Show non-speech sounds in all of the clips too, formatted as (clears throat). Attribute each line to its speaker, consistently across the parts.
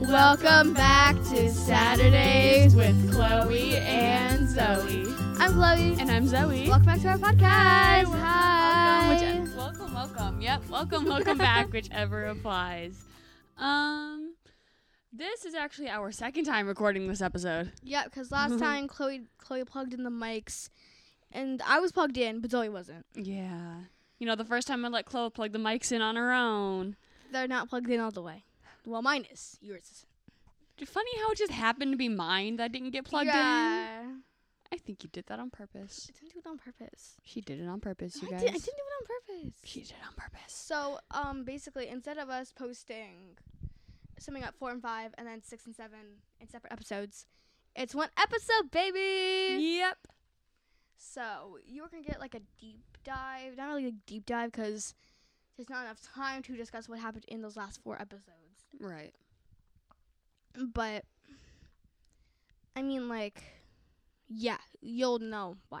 Speaker 1: Welcome back to Saturdays with Chloe and Zoe.
Speaker 2: I'm Chloe.
Speaker 1: And I'm Zoe.
Speaker 2: Welcome back to our
Speaker 1: Guys,
Speaker 2: podcast.
Speaker 1: hi.
Speaker 2: Hi.
Speaker 3: Which- welcome, welcome. Yep, welcome, welcome back, whichever applies. Um, this is actually our second time recording this episode.
Speaker 2: Yeah, because (laughs) last time Chloe Chloe plugged in the mics, and I was plugged in, but Zoe wasn't.
Speaker 3: Yeah. You know, the first time I let Chloe plug the mics in on her own.
Speaker 2: They're not plugged in all the way. Well, mine is. Yours is.
Speaker 3: Funny how it just happened to be mine that didn't get plugged in.
Speaker 2: yeah.
Speaker 3: I think you did that on purpose.
Speaker 2: I didn't do it on purpose.
Speaker 3: She did it on purpose, you
Speaker 2: I,
Speaker 3: guys.
Speaker 2: did, I didn't do it on purpose.
Speaker 3: She did it on purpose.
Speaker 2: So, um, basically, instead of us posting summing up four and five, and then six and seven in separate episodes, it's one episode, baby.
Speaker 3: Yep.
Speaker 2: So you were gonna get like a deep dive, not really a deep dive, because there's not enough time to discuss what happened in those last four episodes.
Speaker 3: Right.
Speaker 2: But I mean, like, yeah, you'll know why.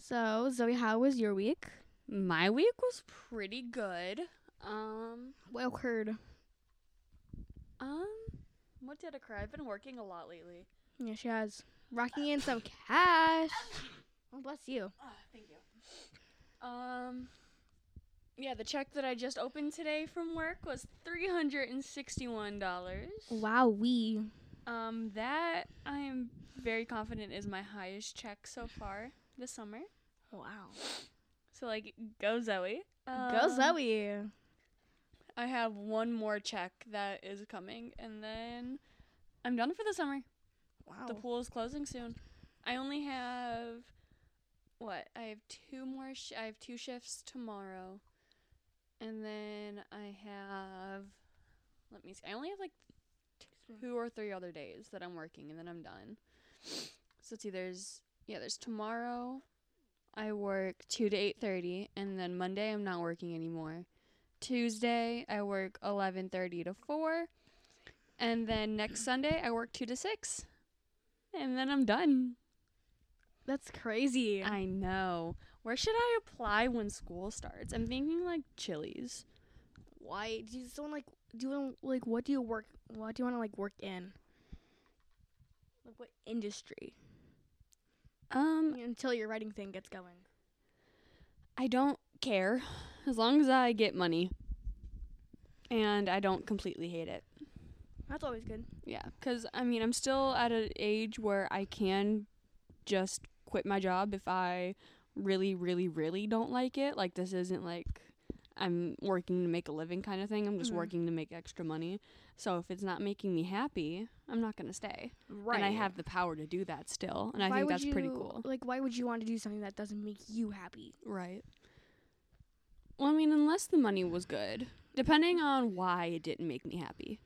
Speaker 2: So Zoe, how was your week?
Speaker 3: My week was pretty good. Um,
Speaker 2: What occurred?
Speaker 3: um, what did occur? I've been working a lot lately.
Speaker 2: Yeah, she has rocking in some cash. Oh, bless you.
Speaker 3: Ah, thank you. Um, yeah, the check that I just opened today from work was three hundred and sixty-one dollars.
Speaker 2: Wow, we.
Speaker 3: Um, that I am very confident is my highest check so far this summer.
Speaker 2: Wow.
Speaker 3: So like, go Zoe.
Speaker 2: Go
Speaker 3: Um,
Speaker 2: Zoe.
Speaker 3: I have one more check that is coming, and then I'm done for the summer.
Speaker 2: Wow.
Speaker 3: The pool is closing soon. I only have what? I have two more. Sh- I have two shifts tomorrow, and then I have. Let me see. I only have like two or three other days that I'm working, and then I'm done. So let's see. There's yeah. There's tomorrow. I work two to eight thirty, and then Monday I'm not working anymore. Tuesday I work eleven thirty to four, and then next Sunday I work two to six and then I'm done.
Speaker 2: That's crazy.
Speaker 3: I know. Where should I apply when school starts? I'm thinking like Chili's.
Speaker 2: why do you just want like do you want like what do you work what do you want to like work in like what industry
Speaker 3: Um,
Speaker 2: until your writing thing gets going
Speaker 3: I don't care as long as I get money and I don't completely hate it.
Speaker 2: that's always good
Speaker 3: Yeah, cuz I mean, I'm still at an age where I can just quit my job if I really really really don't like it. Like this isn't like I'm working to make a living kind of thing. I'm just
Speaker 2: Mhm.
Speaker 3: working to make extra money. So if it's not making me happy, I'm not going to stay.
Speaker 2: right
Speaker 3: and I have the power to do that still, and I
Speaker 2: Why
Speaker 3: think
Speaker 2: would
Speaker 3: that's pretty
Speaker 2: you-
Speaker 3: cool.
Speaker 2: like why would you want to do something that doesn't make you happy
Speaker 3: Right. Well, I mean, unless the money was good, depending on why it didn't make me happy,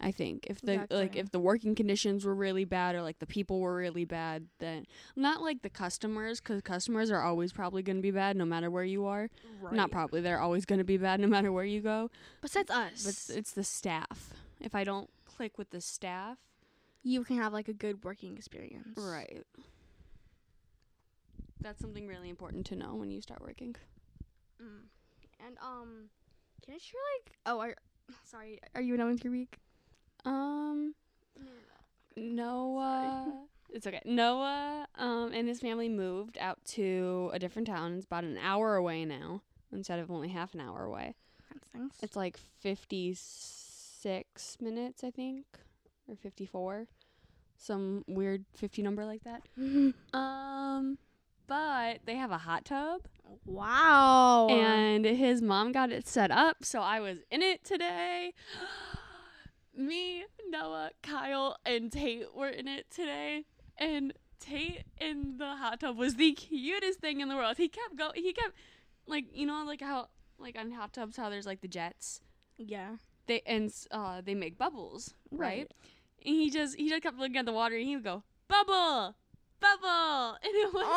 Speaker 3: I think if the like
Speaker 2: Gotcha.
Speaker 3: if the working conditions were really bad or like the people were really bad, then not like the customers, because customers are always probably going to be bad no matter where you are.
Speaker 2: right
Speaker 3: Not probably they're always going to be bad no matter where you go.
Speaker 2: besides us
Speaker 3: But it's, it's the staff. If I don't click with the staff,
Speaker 2: you can have like a good working experience
Speaker 3: Right. That's something really important to know when you start working.
Speaker 2: mm. and um can I share like oh are (laughs) sorry are you done with your week
Speaker 3: Um, Noah. It's okay. Noah um, and his family moved out to a different town. It's about an hour away now instead of only half an hour away.
Speaker 2: that's nice
Speaker 3: It's like 56 minutes, I think, or 54. Some weird 50 number like that. Um, but they have a hot tub.
Speaker 2: wow
Speaker 3: and his mom got it set up so i was in it today (gasps) me noah kyle and tate were in it today and tate in the hot tub was the cutest thing in the world he kept going he kept like you know like how like on hot tubs how there's like the jets
Speaker 2: yeah
Speaker 3: they and uh they make bubbles right,
Speaker 2: (laughs) Right.
Speaker 3: and he just he just kept looking at the water and he would go bubble bubble (laughs) and it was so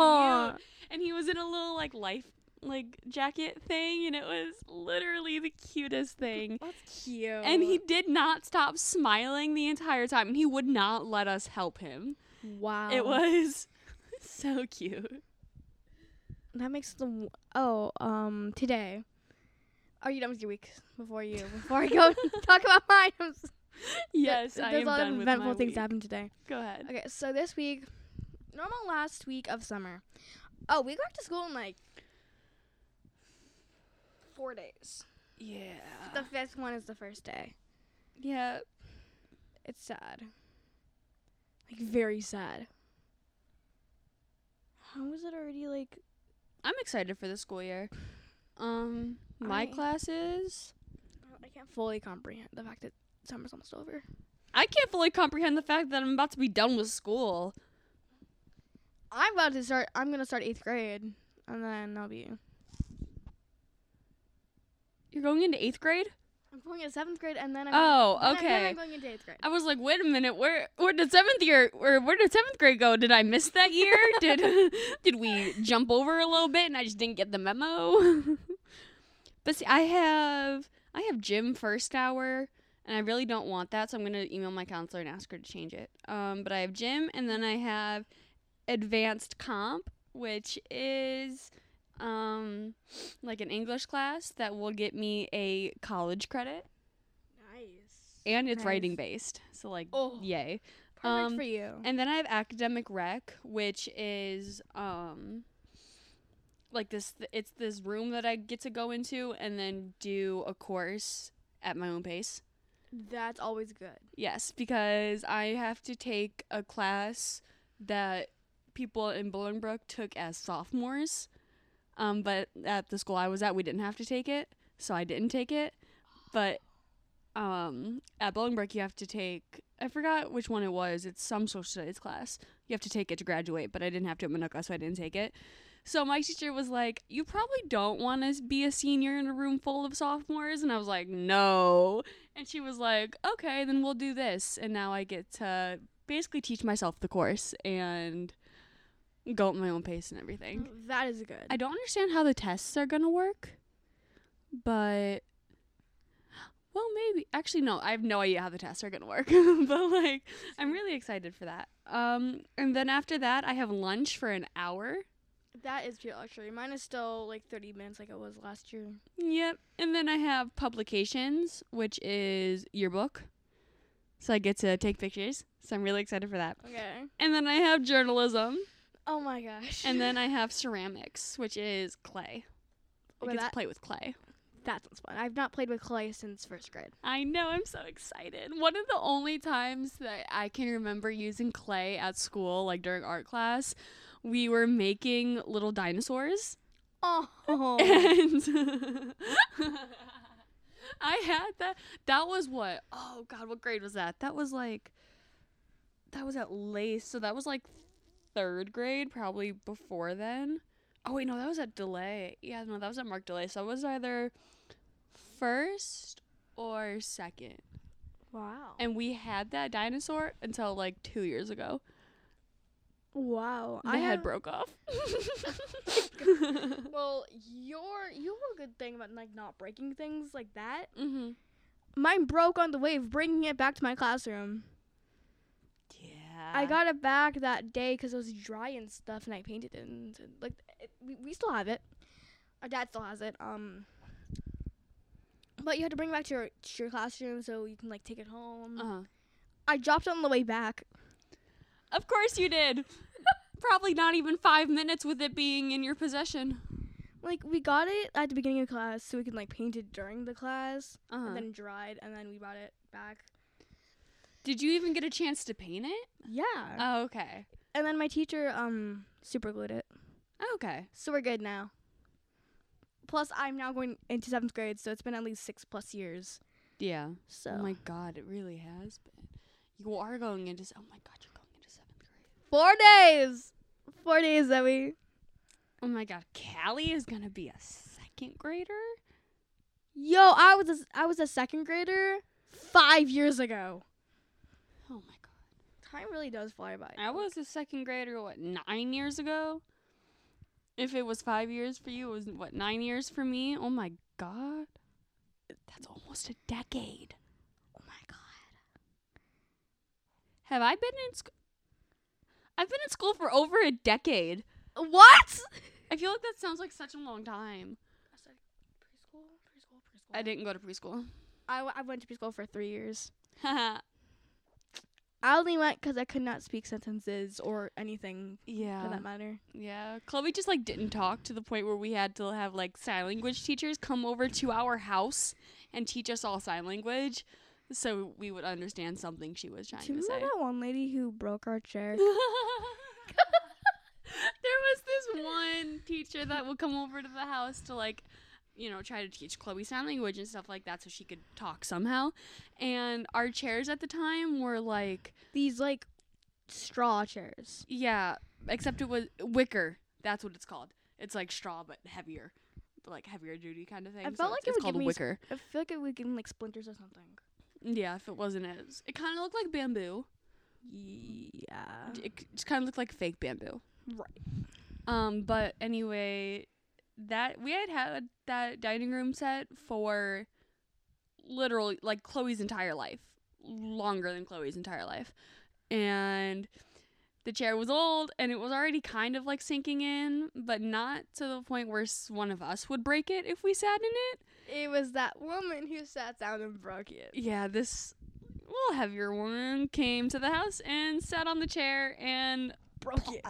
Speaker 2: Aw.
Speaker 3: cute and he was in a little like life like jacket thing and it was literally the cutest thing
Speaker 2: that's cute
Speaker 3: and he did not stop smiling the entire time and he would not let us help him
Speaker 2: wow
Speaker 3: it was (laughs) so cute
Speaker 2: That makes the w- oh um today. Are you done with your week before you before I
Speaker 3: (laughs)
Speaker 2: go talk about mine? (laughs) I'm s-
Speaker 3: yes,
Speaker 2: th-
Speaker 3: I
Speaker 2: there's
Speaker 3: am
Speaker 2: a lot
Speaker 3: done
Speaker 2: of
Speaker 3: with
Speaker 2: eventful
Speaker 3: my
Speaker 2: things Uh,
Speaker 3: week.
Speaker 2: that happened today.
Speaker 3: Go ahead.
Speaker 2: Okay, so this week, normal last week of summer. Oh, we go back to school in like four days.
Speaker 3: Yeah.
Speaker 2: The fifth one is the first day.
Speaker 3: yeah.
Speaker 2: It's sad. Like very sad. How is it already like?
Speaker 3: I'm excited for the school year. Um, my
Speaker 2: I-
Speaker 3: classes.
Speaker 2: I can't fully comprehend the fact that summer's almost over.
Speaker 3: I can't fully comprehend the fact that I'm about to be done with school.
Speaker 2: I'm about to start. I'm gonna start eighth grade, and then I'll be.
Speaker 3: You're going into eighth grade?
Speaker 2: I'm going into seventh grade, and then I'm.
Speaker 3: Oh,
Speaker 2: then I- then
Speaker 3: okay.
Speaker 2: I'm going into eighth grade.
Speaker 3: I was like, wait a minute, where where did seventh year or where did seventh grade go? Did I miss
Speaker 2: (laughs)
Speaker 3: that year? did (laughs) did we jump over a little bit and I just didn't get the memo? (laughs) but see, I have I have gym first hour and I really don't want that, so I'm gonna email my counselor and ask her to change it. Um, but I have gym and then I have advanced comp, which is um like an English class that will get me a college credit
Speaker 2: Nice.
Speaker 3: and it's
Speaker 2: Nice.
Speaker 3: writing based. So like
Speaker 2: Oh.
Speaker 3: yay.
Speaker 2: Perfect
Speaker 3: um,
Speaker 2: for you.
Speaker 3: And then I have academic rec, which is um like this th- it's this room that I get to go into and then do a course at my own pace.
Speaker 2: That's always good.
Speaker 3: Yes, because I have to take a class that people in Bolingbrook took as sophomores. Um, but at the school I was at, we didn't have to take it, so I didn't take it. But um, at Bolingbrook, you have to take I forgot which one it was. It's some social studies class. You have to take it to graduate, but I didn't have to at Manuka, so I didn't take it. So my teacher was like, "You probably don't want to be a senior in a room full of sophomores," and I was like, "No." And she was like, okay, then we'll do this. And now I get to basically teach myself the course and go at my own pace and everything.
Speaker 2: That is good.
Speaker 3: I don't understand how the tests are going to work, but. Well, maybe. Actually, no, I have no idea how the tests are going to work. (laughs) but, like, I'm really excited for that. Um, and then after that, I have lunch for an hour.
Speaker 2: that is pure luxury. Mine is still like 30 minutes, like it was last year.
Speaker 3: Yep. And then I have publications, which is yearbook. So I get to take pictures. So I'm really excited for that.
Speaker 2: Okay.
Speaker 3: And then I have journalism.
Speaker 2: Oh my gosh.
Speaker 3: And then I have ceramics, which is clay.
Speaker 2: (laughs)
Speaker 3: I
Speaker 2: Okay,
Speaker 3: get to
Speaker 2: that-
Speaker 3: play with clay.
Speaker 2: that sounds fun. I've not played with clay since first grade.
Speaker 3: I know, I'm so excited. One of the only times that I can remember using clay at school, like during art class, we were making little dinosaurs. (laughs)
Speaker 2: Oh.
Speaker 3: And (laughs) I had that. That was what? Oh God, what grade was that? That was like, that was at Lace. So that was like third grade, probably before then. Oh wait, no, that was at Delay. Yeah, no, that was at Mark Delay. So I was either first or second.
Speaker 2: (laughs) wow.
Speaker 3: And we had that dinosaur until like two years ago.
Speaker 2: wow.
Speaker 3: The
Speaker 2: I
Speaker 3: head
Speaker 2: had
Speaker 3: broke (laughs) off.
Speaker 2: (laughs)
Speaker 3: Mm-hmm.
Speaker 2: Well, your you have a good thing about like not breaking things like that.
Speaker 3: mm-hmm.
Speaker 2: Mine broke on the way of bringing it back to my classroom.
Speaker 3: Yeah.
Speaker 2: I got it back that day because it was dry and stuff, and I painted it. And and, like, it, we, we still have it. Our dad still has it. Um, but you had to bring it back to your to your classroom so you can like take it home.
Speaker 3: Uh-huh.
Speaker 2: I dropped it on the way back.
Speaker 3: Of course you did. (laughs) Probably not even five minutes with it being in your possession.
Speaker 2: Like we got it at the beginning of class so we could like paint it during the class,
Speaker 3: Uh-huh.
Speaker 2: and then dried, and then we brought it back.
Speaker 3: Did you even get a chance to paint it?
Speaker 2: Yeah.
Speaker 3: Oh, okay.
Speaker 2: Uh, and then my teacher um super glued it,
Speaker 3: Oh, Okay.
Speaker 2: so we're good now. Plus, I'm now going into seventh grade, so it's been at least six plus years.
Speaker 3: Yeah.
Speaker 2: So
Speaker 3: Oh my god, it really has been. You are going into. s- Oh my god, you're going into seventh grade.
Speaker 2: Four days. Four days, Zoe.
Speaker 3: Oh my god, Callie is gonna be a second grader.
Speaker 2: Yo, I was a, I was a second grader five years ago.
Speaker 3: Oh my god.
Speaker 2: Time really does fly by.
Speaker 3: I was a second grader what nine years ago. If it was five years for you, it was what nine years for me. Oh my god, that's almost a decade.
Speaker 2: Oh my god.
Speaker 3: Have I been in school? I've been in school for over a decade.
Speaker 2: What?
Speaker 3: I feel like that sounds like such a long time.
Speaker 2: I said preschool, preschool,
Speaker 3: I didn't go to preschool. (laughs)
Speaker 2: I, w- I went to preschool for three years.
Speaker 3: yeah.
Speaker 2: I only went because I could not speak sentences or anything for that matter.
Speaker 3: Yeah. Chloe just like didn't talk to the point where we had to have like sign language teachers come over to our house and teach us all sign language so we would understand something she was trying
Speaker 2: Do you
Speaker 3: to
Speaker 2: remember
Speaker 3: (laughs) say.
Speaker 2: that one lady who broke our chair?
Speaker 3: there was this one teacher that would come over to the house to like you know try to teach chloe sign language and stuff like that so she could talk somehow and our chairs at the time were like
Speaker 2: These like straw chairs.
Speaker 3: yeah except it was wicker that's what it's called it's like straw but heavier like heavier duty kind of thing
Speaker 2: I
Speaker 3: so
Speaker 2: felt like
Speaker 3: it's,
Speaker 2: it
Speaker 3: it's
Speaker 2: would give
Speaker 3: called
Speaker 2: me s-
Speaker 3: wicker
Speaker 2: I feel like it would give them like splinters or something.
Speaker 3: yeah if it wasn't as it kind of looked like bamboo
Speaker 2: Yeah.
Speaker 3: it just kind of looked like fake bamboo
Speaker 2: Right.
Speaker 3: Um, but anyway, that we had had that dining room set for literally like Chloe's entire life, longer than Chloe's entire life, and the chair was old and it was already kind of like sinking in, but not to the point where s- one of us would break it if we sat in it.
Speaker 2: It was that woman who sat down and broke it.
Speaker 3: Yeah, this little heavier woman came to the house and sat on the chair and
Speaker 2: Broke it.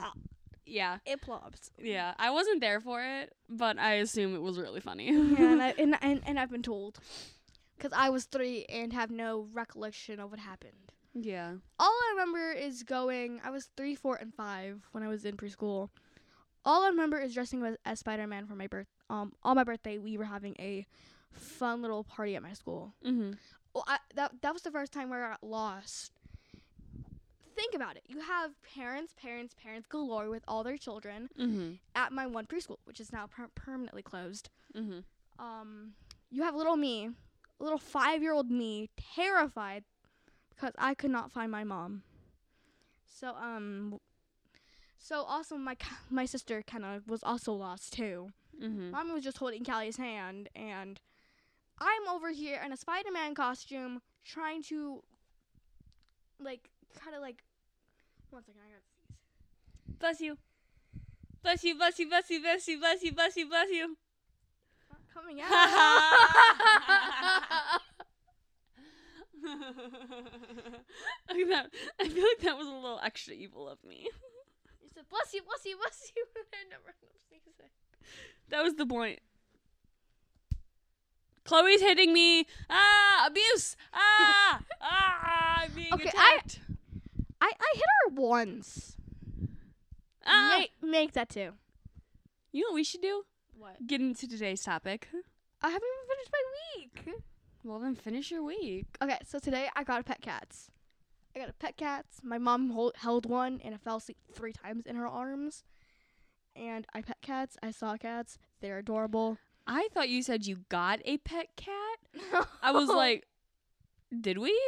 Speaker 3: yeah,
Speaker 2: It plopped.
Speaker 3: Yeah, I wasn't there for it, but I assume it was really funny.
Speaker 2: yeah, and, I, (laughs) and, and, and I've been told. Because I was three and have no recollection of what happened.
Speaker 3: yeah.
Speaker 2: All I remember is going, I was three, four, and five when I was in preschool. All I remember is dressing as, as Spider Man for my birth. Um, on my birthday, we were having a fun little party at my school.
Speaker 3: Mm-hmm.
Speaker 2: Well, I, that, that was the first time where I got lost. Think about it. You have parents, parents, parents galore with all their children
Speaker 3: Mm-hmm.
Speaker 2: at my one preschool, which is now per- permanently closed.
Speaker 3: Mm-hmm.
Speaker 2: um, you have little me, little five year old me, terrified because I could not find my mom. So um, so also my c- (laughs) my sister kind of was also lost too.
Speaker 3: Mm-hmm.
Speaker 2: Mommy was just holding Callie's hand, and I'm over here in a Spider Man costume trying to like kind of like one second, I gotta sneeze.
Speaker 3: Bless you. Bless you, bless you, bless you, bless you, bless you, bless you, bless you.
Speaker 2: It's not coming
Speaker 3: (laughs)
Speaker 2: out. (laughs)
Speaker 3: Look at that. I feel like that was a little extra evil of me.
Speaker 2: You said, bless you, bless you, (laughs) bless you. and I never end up sneezing.
Speaker 3: That was the point. Chloe's hitting me. Ah, abuse. Ah, ah, I'm being
Speaker 2: Okay, I-
Speaker 3: attacked.
Speaker 2: I, I hit her once.
Speaker 3: ah.
Speaker 2: Make, make that two.
Speaker 3: You know what we should do?
Speaker 2: What?
Speaker 3: Get into today's topic.
Speaker 2: I haven't even finished my week.
Speaker 3: Well, then finish your week.
Speaker 2: Okay, so today I got a pet cats. I got a pet cats. My mom hol- held one and I fell asleep three times in her arms. And I pet cats. I saw cats. They're adorable.
Speaker 3: I thought you said you got a pet cat. (laughs) I was like, did we?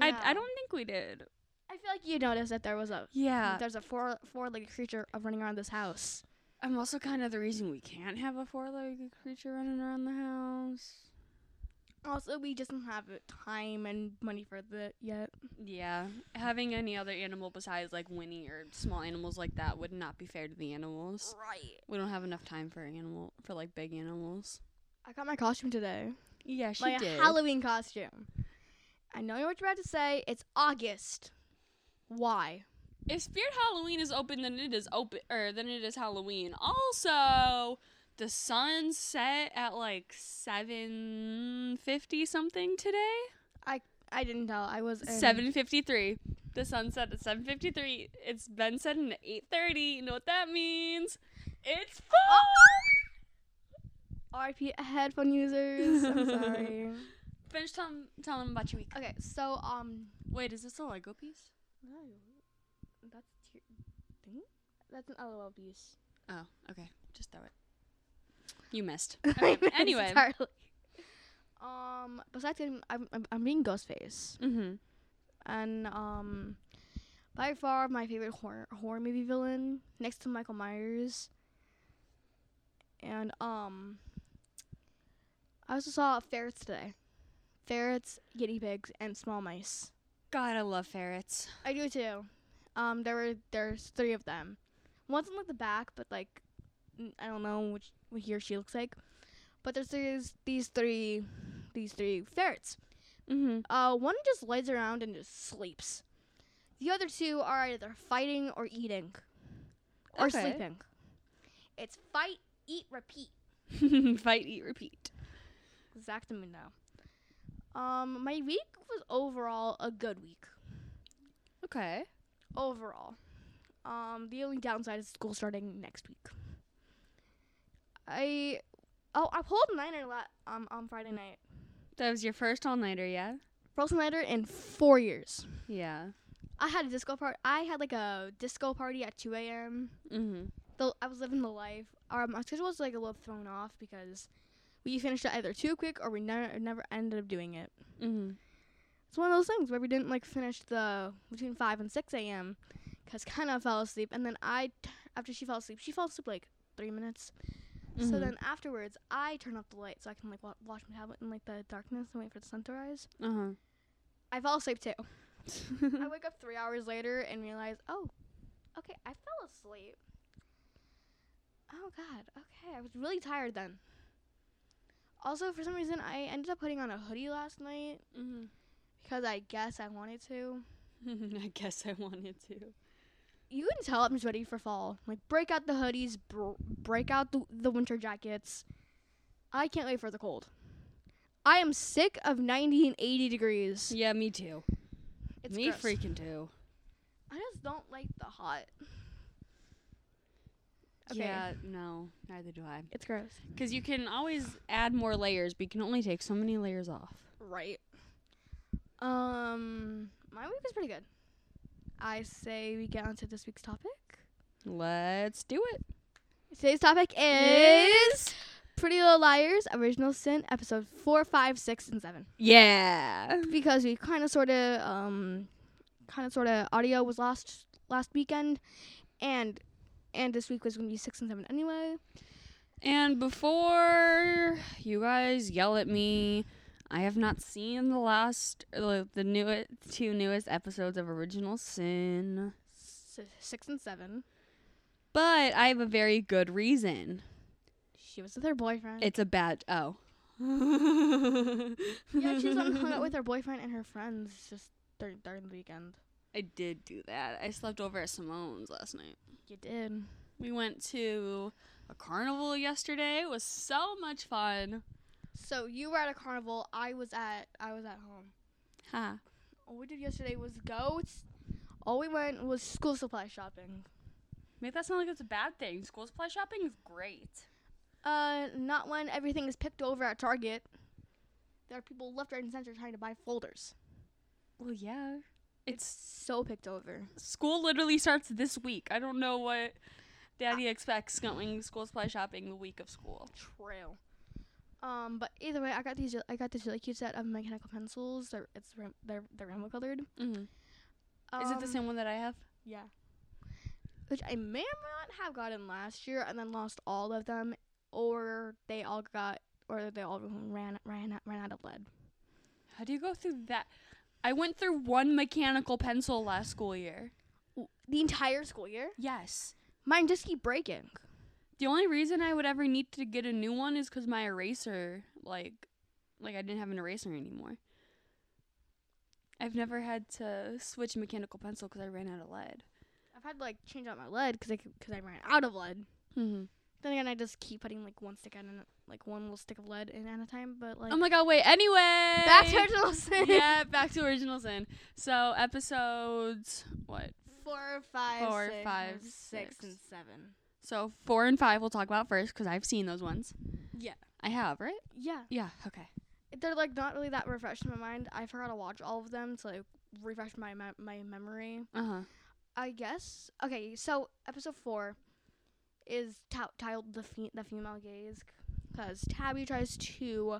Speaker 3: I, I
Speaker 2: No.
Speaker 3: don't think we did.
Speaker 2: I feel like you noticed that there was a
Speaker 3: Yeah.
Speaker 2: there's a four four legged creature of running around this house.
Speaker 3: I'm also kind of the reason we can't have a four legged creature running around the house.
Speaker 2: Also, we just don't have time and money for that yet.
Speaker 3: Yeah. Having any other animal besides like Winnie or small animals like that would not be fair to the animals.
Speaker 2: Right.
Speaker 3: We don't have enough time for animal for like big animals.
Speaker 2: I got my costume today.
Speaker 3: Yeah, she
Speaker 2: my
Speaker 3: did.
Speaker 2: Halloween costume. I know what you're about to say. It's August. Why?
Speaker 3: if Spirit Halloween is open, then it is open, or then it is Halloween. Also, the sun set at like seven fifty something today.
Speaker 2: I didn't tell. I was in (gasps)
Speaker 3: Seven fifty three. The sun set at seven fifty three. It's been setting at eight thirty. You know what that means? It's fall.
Speaker 2: RP headphone users. I'm sorry.
Speaker 3: (laughs) Finish telling telling them about your week.
Speaker 2: Okay, so um,
Speaker 3: Wait, is this a Lego piece?
Speaker 2: no, that's your thing. That's an LOL piece.
Speaker 3: Oh, okay. Just throw it. You (laughs) missed. Okay,
Speaker 2: (laughs) It's
Speaker 3: anyway.
Speaker 2: entirely- Um, besides getting, I'm, I'm, I'm being Ghostface,
Speaker 3: Mm-hmm.
Speaker 2: and um, by far my favorite horror horror movie villain, next to Michael Myers. And um, I also saw ferrets today, ferrets, guinea pigs, and small mice.
Speaker 3: God, I love ferrets.
Speaker 2: I do too. Um, there were there's three of them. One's in like the back, but like n- I don't know which what he or she looks like. But there's these these three these three ferrets.
Speaker 3: Mm-hmm.
Speaker 2: Uh, one just lays around and just sleeps. The other two are either fighting or eating, or
Speaker 3: Okay.
Speaker 2: sleeping. It's fight, eat, repeat.
Speaker 3: Mm-hmm. (laughs) Fight, eat, repeat.
Speaker 2: Exactly now. Um, my week was overall a good week.
Speaker 3: Okay.
Speaker 2: Overall, um, the only downside is school starting next week. I oh I pulled a niner la- um on Friday night.
Speaker 3: That was your first all nighter, yeah?
Speaker 2: Pulled a niner in four years.
Speaker 3: Yeah.
Speaker 2: I had a disco party. I had like a disco party at two a.m.
Speaker 3: Mm-hmm.
Speaker 2: the I was living the life. Um, my schedule was like a little thrown off because we finished it either too quick or we never never ended up doing it.
Speaker 3: Mm-hmm.
Speaker 2: It's one of those things where we didn't like finish the between five and six a.m. because kind of fell asleep, and then I t- after she fell asleep, she fell asleep like three minutes. So
Speaker 3: Mhm.
Speaker 2: then afterwards, I turn off the light so I can like wa- watch my tablet in like the darkness and wait for the sun to rise.
Speaker 3: Uh-huh.
Speaker 2: I fell asleep too.
Speaker 3: (laughs)
Speaker 2: I wake up three hours later and realize, oh, okay, I fell asleep. Oh God, okay, I was really tired then. Also, for some reason, I ended up putting on a hoodie last night
Speaker 3: mm-hmm.
Speaker 2: because I guess I wanted to.
Speaker 3: (laughs) I guess I wanted to.
Speaker 2: You can tell I'm just ready for fall. Like, break out the hoodies, br- break out the, the winter jackets. I can't wait for the cold. I am sick of 90 and 80 degrees.
Speaker 3: Yeah, me too.
Speaker 2: It's
Speaker 3: me
Speaker 2: gross.
Speaker 3: freaking too.
Speaker 2: I just don't like the hot. Okay.
Speaker 3: Yeah, no, neither do I.
Speaker 2: It's gross.
Speaker 3: Because you can always add more layers, but you can only take so many layers off.
Speaker 2: Right. Um, my week was pretty good. I say we get onto this week's topic.
Speaker 3: Let's do it.
Speaker 2: Today's topic is Pretty Little Liars, Original Sin, episode four, five, six, and seven.
Speaker 3: Yeah.
Speaker 2: Because we kind of, sort of, um, kind of, sort of, audio was lost last weekend, and and this week was going to be six and seven anyway.
Speaker 3: And before you guys yell at me, I have not seen the last, uh, the new two newest episodes of Original Sin,
Speaker 2: S- six and seven.
Speaker 3: but I have a very good reason.
Speaker 2: She was with her boyfriend.
Speaker 3: It's a bad
Speaker 2: (laughs)
Speaker 3: oh.
Speaker 2: yeah, she's (laughs) on hung out
Speaker 3: (laughs)
Speaker 2: with her boyfriend and her friends just during during the weekend.
Speaker 3: I did do that. I slept over at Simone's last night.
Speaker 2: You did.
Speaker 3: We went to a carnival yesterday. It was so much fun.
Speaker 2: So you were at a carnival. I was at I was at home.
Speaker 3: Ha.
Speaker 2: All we did yesterday was go. s- All we went was school supply shopping.
Speaker 3: Make that sound like it's a bad thing. School supply shopping is great.
Speaker 2: Uh, not when everything is picked over at Target. There are people left, right, and center trying to buy folders.
Speaker 3: Well, yeah. It's
Speaker 2: So picked over.
Speaker 3: school literally starts this week. I don't know what Daddy expects going school supply shopping the week of school.
Speaker 2: True. Um, but either way, I got these. I got this really cute set of mechanical pencils. They're it's ram- they're they're rainbow colored. Mm-hmm. Um,
Speaker 3: is it the same one that I have?
Speaker 2: Yeah. Which I may or may not have gotten last year and then lost all of them, or they all got, or they all ran ran ran out of lead.
Speaker 3: How do you go through that? I went through one mechanical pencil last school year.
Speaker 2: The entire school year.
Speaker 3: Yes.
Speaker 2: Mine just keep breaking.
Speaker 3: The only reason I would ever need to get a new one is because my eraser, like, like I didn't have an eraser anymore. I've never had to switch mechanical pencil because I ran out of lead.
Speaker 2: I've had to like change out my lead because I because I ran out of lead.
Speaker 3: Mm-hmm.
Speaker 2: Then again, I just keep putting like one stick in, and like one little stick of lead in at a time. But like
Speaker 3: Oh my god! Wait. Anyway,
Speaker 2: back to
Speaker 3: (laughs)
Speaker 2: original sin.
Speaker 3: yeah, back to original sin. So episodes what?
Speaker 2: (laughs) Four, five,
Speaker 3: Four,
Speaker 2: six,
Speaker 3: five,
Speaker 2: six,
Speaker 3: six.
Speaker 2: and seven.
Speaker 3: So four and five we'll talk about first because I've seen those ones.
Speaker 2: Yeah.
Speaker 3: I have, right?
Speaker 2: Yeah.
Speaker 3: Yeah. Okay.
Speaker 2: they're like not really that refreshed in my mind. I forgot to watch all of them to like refresh my me- my memory.
Speaker 3: Uh huh.
Speaker 2: I guess. Okay, so episode four is ta- titled the fe- the female gaze because Tabby tries to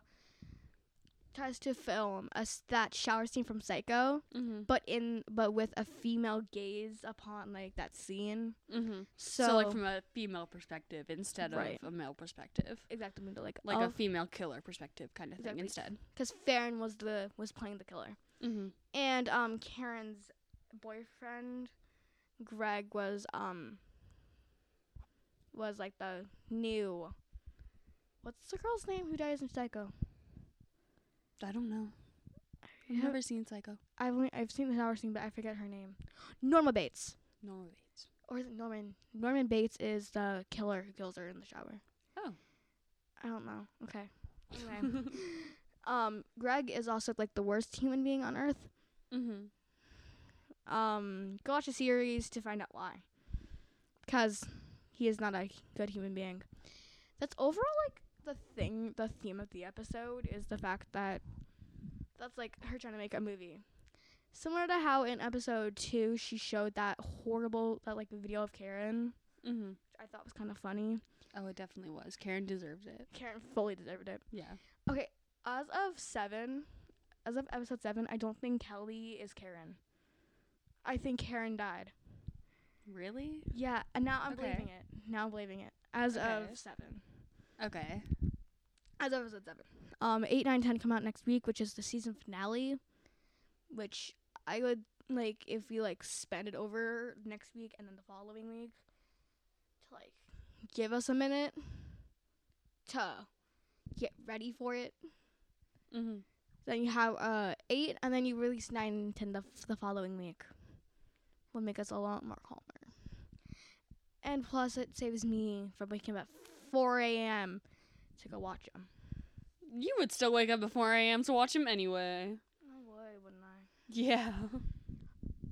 Speaker 2: tries to film us that shower scene from Psycho,
Speaker 3: Mhm.
Speaker 2: but in but with a female gaze upon like that scene.
Speaker 3: Mhm.
Speaker 2: So,
Speaker 3: So, like from a female perspective instead
Speaker 2: Right.
Speaker 3: of a male perspective,
Speaker 2: exactly to like
Speaker 3: like
Speaker 2: like
Speaker 3: a female killer perspective kind of thing
Speaker 2: Exactly.
Speaker 3: instead.
Speaker 2: because Farron was the was playing the killer.
Speaker 3: Mhm.
Speaker 2: and um Karen's boyfriend Greg was um was like the new What's the girl's name who dies in Psycho?
Speaker 3: I don't know. I've
Speaker 2: Yeah.
Speaker 3: never seen Psycho.
Speaker 2: I've only I've seen the shower scene, but I forget her name. Norma Bates,
Speaker 3: Norma Bates.
Speaker 2: or is it Norman? Norman Bates is the killer who kills her in the shower.
Speaker 3: Oh.
Speaker 2: I don't know. Okay. Anyway. um, Greg is also like the worst human being on earth.
Speaker 3: mm-hmm.
Speaker 2: Um, go watch the series to find out why, because he is not a good human being. That's overall like the thing, the theme of the episode is the fact that that's like her trying to make a movie. Similar to how in episode two she showed that horrible that like video of Karen,
Speaker 3: Mm-hmm.
Speaker 2: which I thought was kind of funny.
Speaker 3: Oh, it definitely was. Karen deserved it.
Speaker 2: Karen fully deserved it.
Speaker 3: Yeah.
Speaker 2: Okay, as of seven, as of episode seven, I don't think Kelly is Karen. I think Karen died.
Speaker 3: Really?
Speaker 2: Yeah, and now I'm
Speaker 3: Okay.
Speaker 2: believing it. Now I'm believing it. As
Speaker 3: Okay.
Speaker 2: of seven.
Speaker 3: Okay.
Speaker 2: As of episode seven. Um, eight, nine, ten come out next week, which is the season finale. Which I would like if we like spend it over next week and then the following week to like give us a minute to get ready for it.
Speaker 3: Mm-hmm.
Speaker 2: Then you have uh eight, and then you release nine and ten the, f- the following week. Will make us a lot more calmer. And plus, it saves me from waking up at 4 a.m. to go watch them.
Speaker 3: You would still wake up at 4 a.m. to watch him anyway.
Speaker 2: I would, wouldn't I?
Speaker 3: Yeah.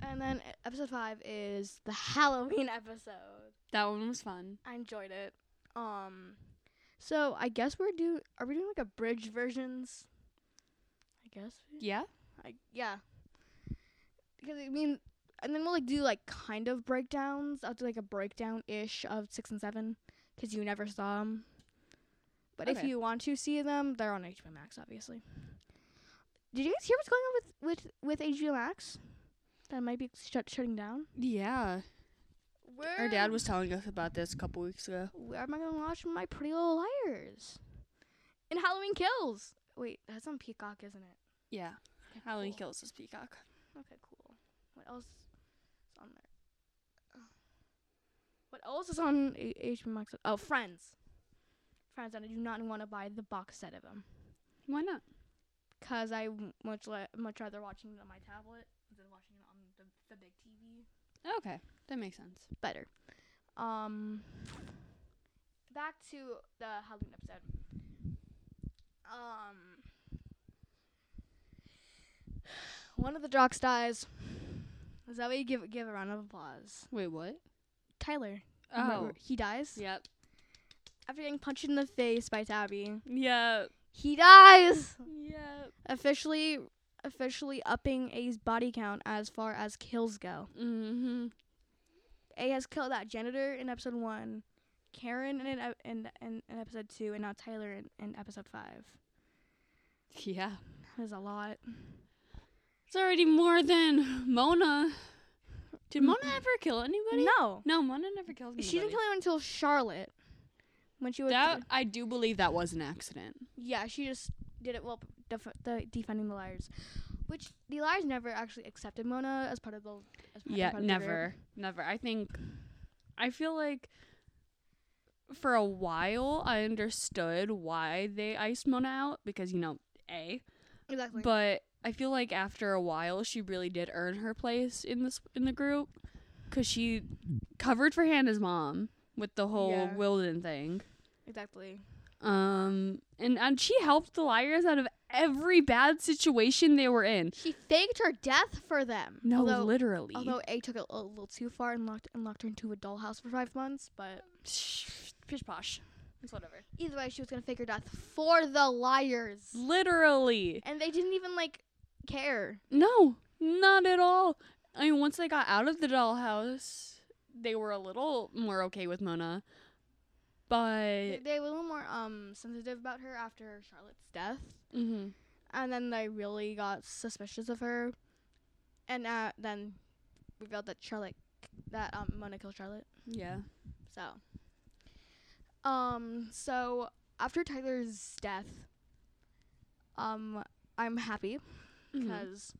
Speaker 2: And then e- episode five is the (laughs) Halloween episode.
Speaker 3: (laughs) That one was fun.
Speaker 2: I enjoyed it. Um, so I guess we're do are we doing like abridged versions? I guess. we-
Speaker 3: Yeah?
Speaker 2: Like yeah. Because I mean, and then we'll like do like kind of breakdowns. I'll do like a breakdown ish of six and seven because you never saw them. But if
Speaker 3: Okay.
Speaker 2: you want to see them, they're on HBO Max, obviously. Did you guys hear what's going on with with with HBO Max? That might be shut shutting down.
Speaker 3: Yeah.
Speaker 2: Where
Speaker 3: Our dad was telling us about this a couple weeks ago.
Speaker 2: Where am I gonna watch My Pretty Little Liars? And Halloween Kills. Wait, that's on Peacock, isn't it?
Speaker 3: Yeah. Halloween
Speaker 2: cool.
Speaker 3: kills his peacock.
Speaker 2: Okay, cool. What else is on there? Uh, What else is on A- HBO Max? Oh, Friends. Friends, and I do not want to buy the box set of them
Speaker 3: Why not?
Speaker 2: because I w- much le- much rather watching it on my tablet than watching it on the, the big TV.
Speaker 3: Okay. That makes sense.
Speaker 2: Better. Um, back to the Halloween episode. Um, one of the jocks dies. Zoe, give give a round of applause.
Speaker 3: Wait, what?
Speaker 2: Tyler.
Speaker 3: Oh.
Speaker 2: remember, he dies
Speaker 3: Yep.
Speaker 2: after getting punched in the face by Tabby.
Speaker 3: Yep.
Speaker 2: He dies.
Speaker 3: Yep.
Speaker 2: Officially, officially upping A's body count as far as kills go.
Speaker 3: Mm-hmm.
Speaker 2: A has killed that janitor in episode one, Karen in an ep- in, in, in episode two, and now Tyler in, in episode five.
Speaker 3: Yeah.
Speaker 2: That is a lot.
Speaker 3: It's already more than Mona. Did
Speaker 2: Mm.
Speaker 3: Mona ever kill anybody?
Speaker 2: No,
Speaker 3: No, Mona never kills anybody.
Speaker 2: she didn't kill him until Charlotte, when she was
Speaker 3: That I do believe that was an accident.
Speaker 2: yeah, she just did it. Well, def- the defending the liars, which the liars never actually accepted Mona as part of the as part
Speaker 3: Yeah,
Speaker 2: part of the group.
Speaker 3: never. Never. I think I feel like for a while I understood why they iced Mona out because you know, A.
Speaker 2: exactly.
Speaker 3: But I feel like after a while she really did earn her place in this in the group cuz she covered for Hannah's mom with the whole
Speaker 2: Yeah.
Speaker 3: Wilden thing.
Speaker 2: exactly.
Speaker 3: Um, and, and she helped the liars out of every bad situation they were in.
Speaker 2: She faked her death for them.
Speaker 3: No,
Speaker 2: although,
Speaker 3: literally.
Speaker 2: although A took it a little too far and locked and locked her into a dollhouse for five months, but.
Speaker 3: Pish posh. It's whatever.
Speaker 2: Either way, she was gonna fake her death for the liars,
Speaker 3: Literally.
Speaker 2: and they didn't even like care.
Speaker 3: No, not at all. I mean, once they got out of the dollhouse, they were a little more okay with Mona.
Speaker 2: They,
Speaker 3: But.
Speaker 2: they were a little more um sensitive about her after Charlotte's death,
Speaker 3: Mm-hmm.
Speaker 2: and then they really got suspicious of her, and uh, then revealed that Charlotte, that um Mona killed Charlotte.
Speaker 3: Yeah.
Speaker 2: So, um, so after Tyler's death, um, I'm happy
Speaker 3: Mhm.
Speaker 2: because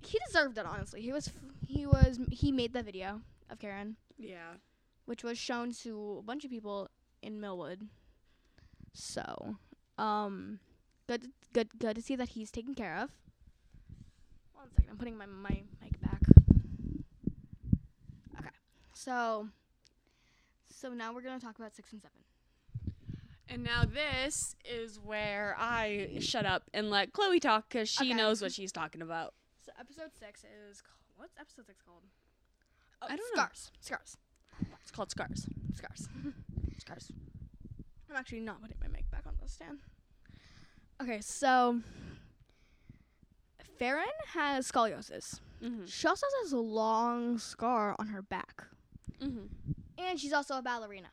Speaker 2: he deserved it. Honestly, he was f- he was he made the video of Karen,
Speaker 3: Yeah.
Speaker 2: which was shown to a bunch of people in Millwood. So, um, good, good, good to see that he's taken care of. One second, I'm putting my my mic back. Okay, so, so now we're gonna talk about six and seven.
Speaker 3: And now this is where I shut up and let Chloe talk because she
Speaker 2: Okay.
Speaker 3: knows what she's talking about.
Speaker 2: So episode six is ca- what's episode six called? Oh,
Speaker 3: I don't know.
Speaker 2: scars, scars,
Speaker 3: It's called scars.
Speaker 2: (laughs) scars.
Speaker 3: Scars.
Speaker 2: I'm actually not putting my mic back on the stand. Okay, so Farron has scoliosis.
Speaker 3: Mm-hmm.
Speaker 2: She also has a long scar on her back.
Speaker 3: Mm-hmm. (laughs)
Speaker 2: And she's also a ballerina.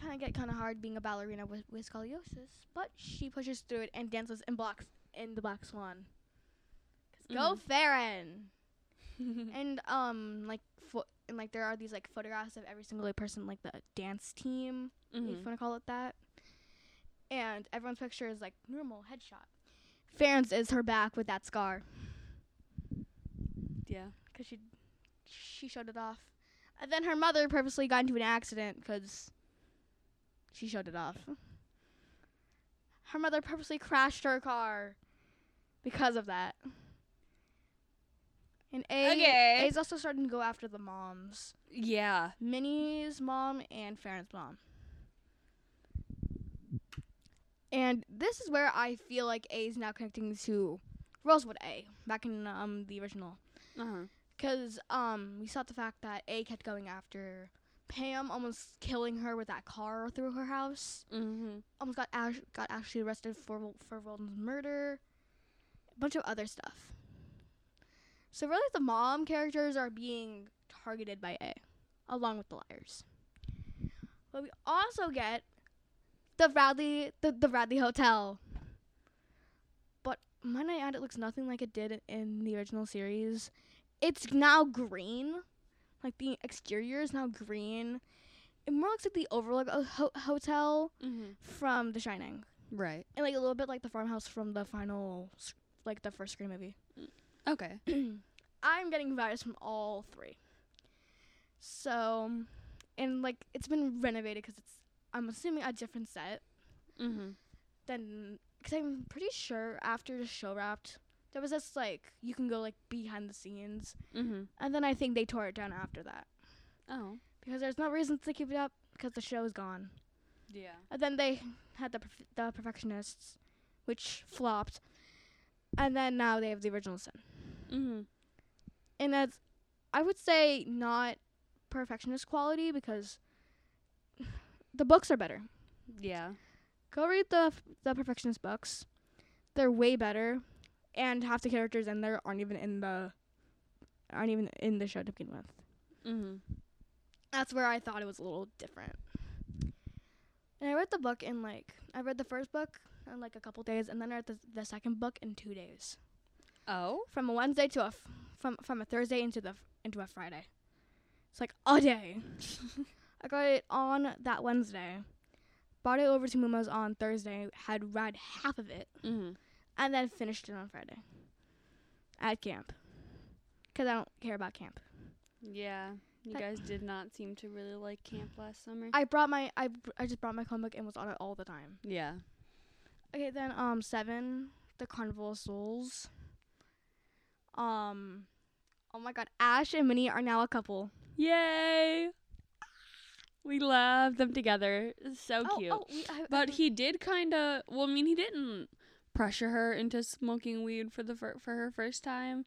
Speaker 2: Kind of get kind of hard being a ballerina with, with scoliosis, but she pushes through it and dances and blocks in the Black Swan. 'Cause Go Farron! and um, like fo- and like there are these like photographs of every single person like the dance team, if
Speaker 3: Mm-hmm.
Speaker 2: you want to call it that. And everyone's picture is like normal headshot. Farron's is her back with that scar
Speaker 3: Yeah.
Speaker 2: because she she showed it off. And then her mother purposely got into an accident because she showed it off. Her mother purposely crashed her car because of that. And A
Speaker 3: Okay.
Speaker 2: A's also starting to go after the moms,
Speaker 3: Yeah.
Speaker 2: Minnie's mom and Farron's mom. And this is where I feel like A is now connecting to Rosewood A back in um the original
Speaker 3: Uh-huh.
Speaker 2: because um, we saw the fact that A kept going after Pam, almost killing her with that car through her house.
Speaker 3: Mm-hmm.
Speaker 2: Almost got Ash- got Ashley arrested for Wol- for Weldon's murder, a bunch of other stuff. So really, the mom characters are being targeted by A, along with the liars. But we also get the Bradley the, the Bradley Hotel. But might I add, it looks nothing like it did in the original series it's now green. Like the exterior is now green. It more looks like the Overlook o- ho- Hotel
Speaker 3: Mm-hmm.
Speaker 2: from The Shining,
Speaker 3: Right.
Speaker 2: and like a little bit like the farmhouse from the final, s- like the first Scream movie. (clears throat)
Speaker 3: Okay.
Speaker 2: I'm getting vibes from all three. So, and like it's been renovated because it's I'm assuming a different set
Speaker 3: Mm-hmm.
Speaker 2: than because I'm pretty sure after the show wrapped there was this like you can go like behind the scenes,
Speaker 3: Mm-hmm.
Speaker 2: and then I think they tore it down after that.
Speaker 3: Oh.
Speaker 2: because there's no reason to keep it up because the show is gone.
Speaker 3: Yeah.
Speaker 2: And then they had the perf- the perfectionists, which flopped, and then now they have the original sin.
Speaker 3: Mm-hmm.
Speaker 2: And that's, I would say, not perfectionist quality because the books are better.
Speaker 3: Yeah.
Speaker 2: Go read the f- the perfectionist books; they're way better, and half the characters in there aren't even in the aren't even in the show to begin with.
Speaker 3: Mm-hmm.
Speaker 2: that's where I thought it was a little different. And I read the book in like I read the first book in like a couple days, and then I read the, the second book in two days,
Speaker 3: Oh.
Speaker 2: from a Wednesday to a f- from from a Thursday into the f- into a Friday. It's like a day. (laughs) I got it on that Wednesday, brought it over to Momo's on Thursday, had read half of it,
Speaker 3: Mm-hmm.
Speaker 2: and then finished it on Friday at camp. Cause I don't care about camp.
Speaker 3: Yeah. You
Speaker 2: That-
Speaker 3: guys did not seem to really like camp last summer.
Speaker 2: I brought my I, br- I just brought my comic and was on it all the time.
Speaker 3: yeah.
Speaker 2: Okay, then um seven, the Carnival of Souls. Um oh my god, Ash and Minnie are now a couple.
Speaker 3: Yay! We love them together. It's so
Speaker 2: oh,
Speaker 3: cute.
Speaker 2: oh, we- I- I
Speaker 3: But
Speaker 2: think-
Speaker 3: he did kind of. Well, I mean, he didn't pressure her into smoking weed for the fir- for her first time,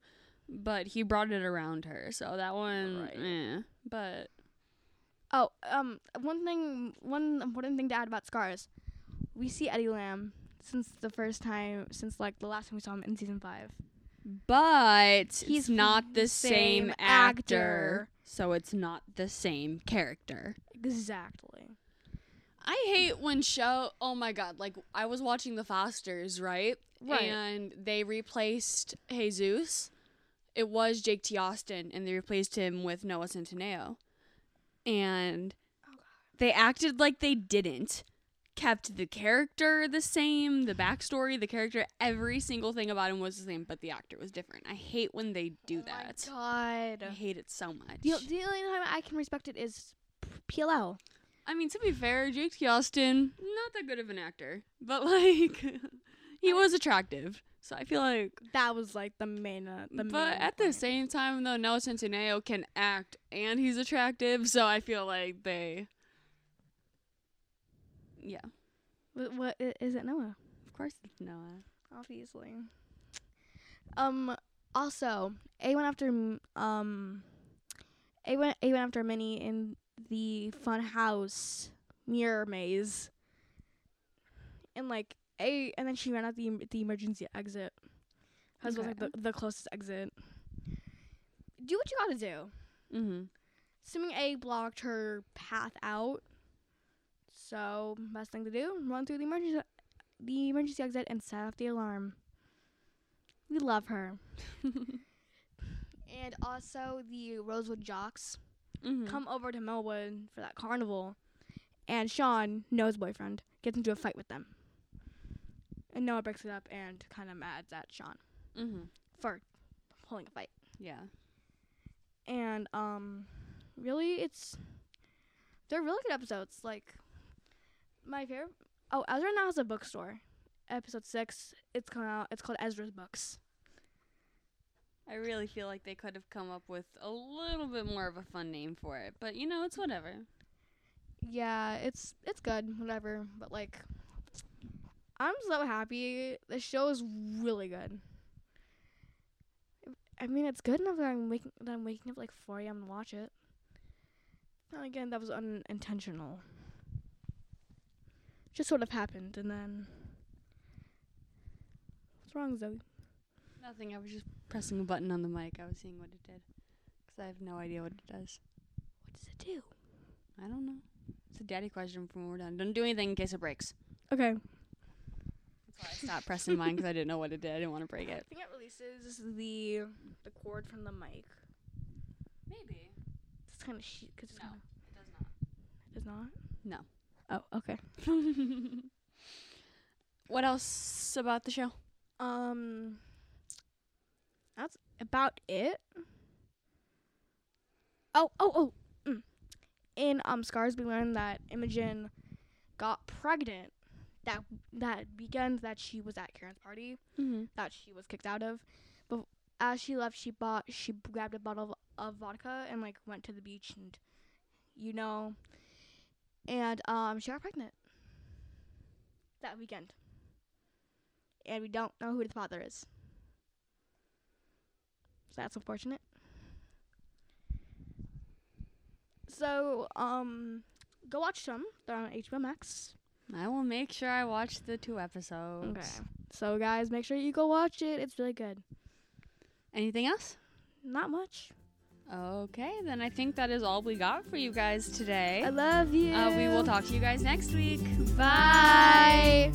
Speaker 3: but he brought it around her. So that one,
Speaker 2: Right.
Speaker 3: eh. But
Speaker 2: Oh, um one thing one important thing to add about Scars. We see Eddie Lamb since the first time since like the last time we saw him in season five.
Speaker 3: but
Speaker 2: He's
Speaker 3: he's not the same,
Speaker 2: same actor.
Speaker 3: actor, so it's not the same character.
Speaker 2: Exactly.
Speaker 3: I hate when show. Oh my god! Like I was watching The Fosters, right?
Speaker 2: Right.
Speaker 3: And they replaced Jesus. It was Jake T. Austin, and they replaced him with Noah Centineo. And
Speaker 2: Oh,
Speaker 3: they acted like they didn't. Kept the character the same, the backstory, the character, every single thing about him was the same, but the actor was different. I hate when they do that.
Speaker 2: Oh my
Speaker 3: I
Speaker 2: god.
Speaker 3: hate it so much.
Speaker 2: The, the only time I can respect it is PLL.
Speaker 3: I mean, to be fair, Jake T. Austin, not that good of an actor, but like, (laughs) he was attractive. So I feel like,
Speaker 2: That was like the main. Uh, the
Speaker 3: but
Speaker 2: main
Speaker 3: at the
Speaker 2: point.
Speaker 3: same time, though, Noah Centineo can act and he's attractive. So I feel like they, yeah,
Speaker 2: Wh- what i- is it, Noah?
Speaker 3: of course it's Noah.
Speaker 2: Obviously. Um. Also, A went after M- um. A went A went after Minnie in the fun house mirror maze. And like A, and then she ran out the em- the emergency exit. Hers was like the, the closest exit. Do what you gotta do.
Speaker 3: Mm-hmm.
Speaker 2: Assuming A blocked her path out. So best thing to do, run through the emergency the emergency exit and set off the alarm. We love her. And also the Rosewood Jocks
Speaker 3: mm-hmm.
Speaker 2: come over to Melwood for that carnival. And Sean, Noah's boyfriend, gets into a fight with them. And Noah breaks it up and kind of mad at Sean
Speaker 3: mm-hmm.
Speaker 2: for pulling a fight.
Speaker 3: Yeah.
Speaker 2: and um really it's they're really good episodes like my favorite oh ezra now has a bookstore episode six it's come out it's called ezra's books
Speaker 3: I really feel like they could have come up with a little bit more of a fun name for it, but you know, it's whatever.
Speaker 2: yeah it's it's good whatever but like i'm so happy the show is really good i mean it's good enough that i'm waking that i'm waking up like 4 a.m to watch it and again that was unintentional just sort of happened and then what's wrong zoe
Speaker 3: Nothing. I was just pressing a button on the mic. I was seeing what it did. 'Cause I have no idea what it does.
Speaker 2: what does it do
Speaker 3: I don't know. It's a daddy question from when we're done. Don't do anything in case it breaks.
Speaker 2: okay
Speaker 3: That's why I stopped pressing mine 'cause I didn't know what it did. I didn't want to break it.
Speaker 2: think it releases the the cord from the mic
Speaker 3: (laughs) Maybe.
Speaker 2: it's kind of shit because it's
Speaker 3: No.
Speaker 2: kind
Speaker 3: It does not.
Speaker 2: of does not
Speaker 3: No.
Speaker 2: oh okay
Speaker 3: (laughs) What else about the show?
Speaker 2: Um, that's about it. Oh, oh, oh! Mm. In um, Scars, we learned that Imogen got pregnant that that weekend that she was at Karen's party
Speaker 3: Mm-hmm.
Speaker 2: that she was kicked out of. But as she left, she bought she grabbed a bottle of, of vodka and like went to the beach and you know, and um, she got pregnant that weekend. And we don't know who the father is. So that's unfortunate. So um, go watch them. They're on HBO Max.
Speaker 3: I will make sure I watch the two episodes.
Speaker 2: Okay. So guys, make sure you go watch it. It's really good.
Speaker 3: Anything else?
Speaker 2: Not much.
Speaker 3: Okay, then I think that is all we got for you guys today.
Speaker 2: I love you.
Speaker 3: Uh, we will talk to you guys next week.
Speaker 2: Bye.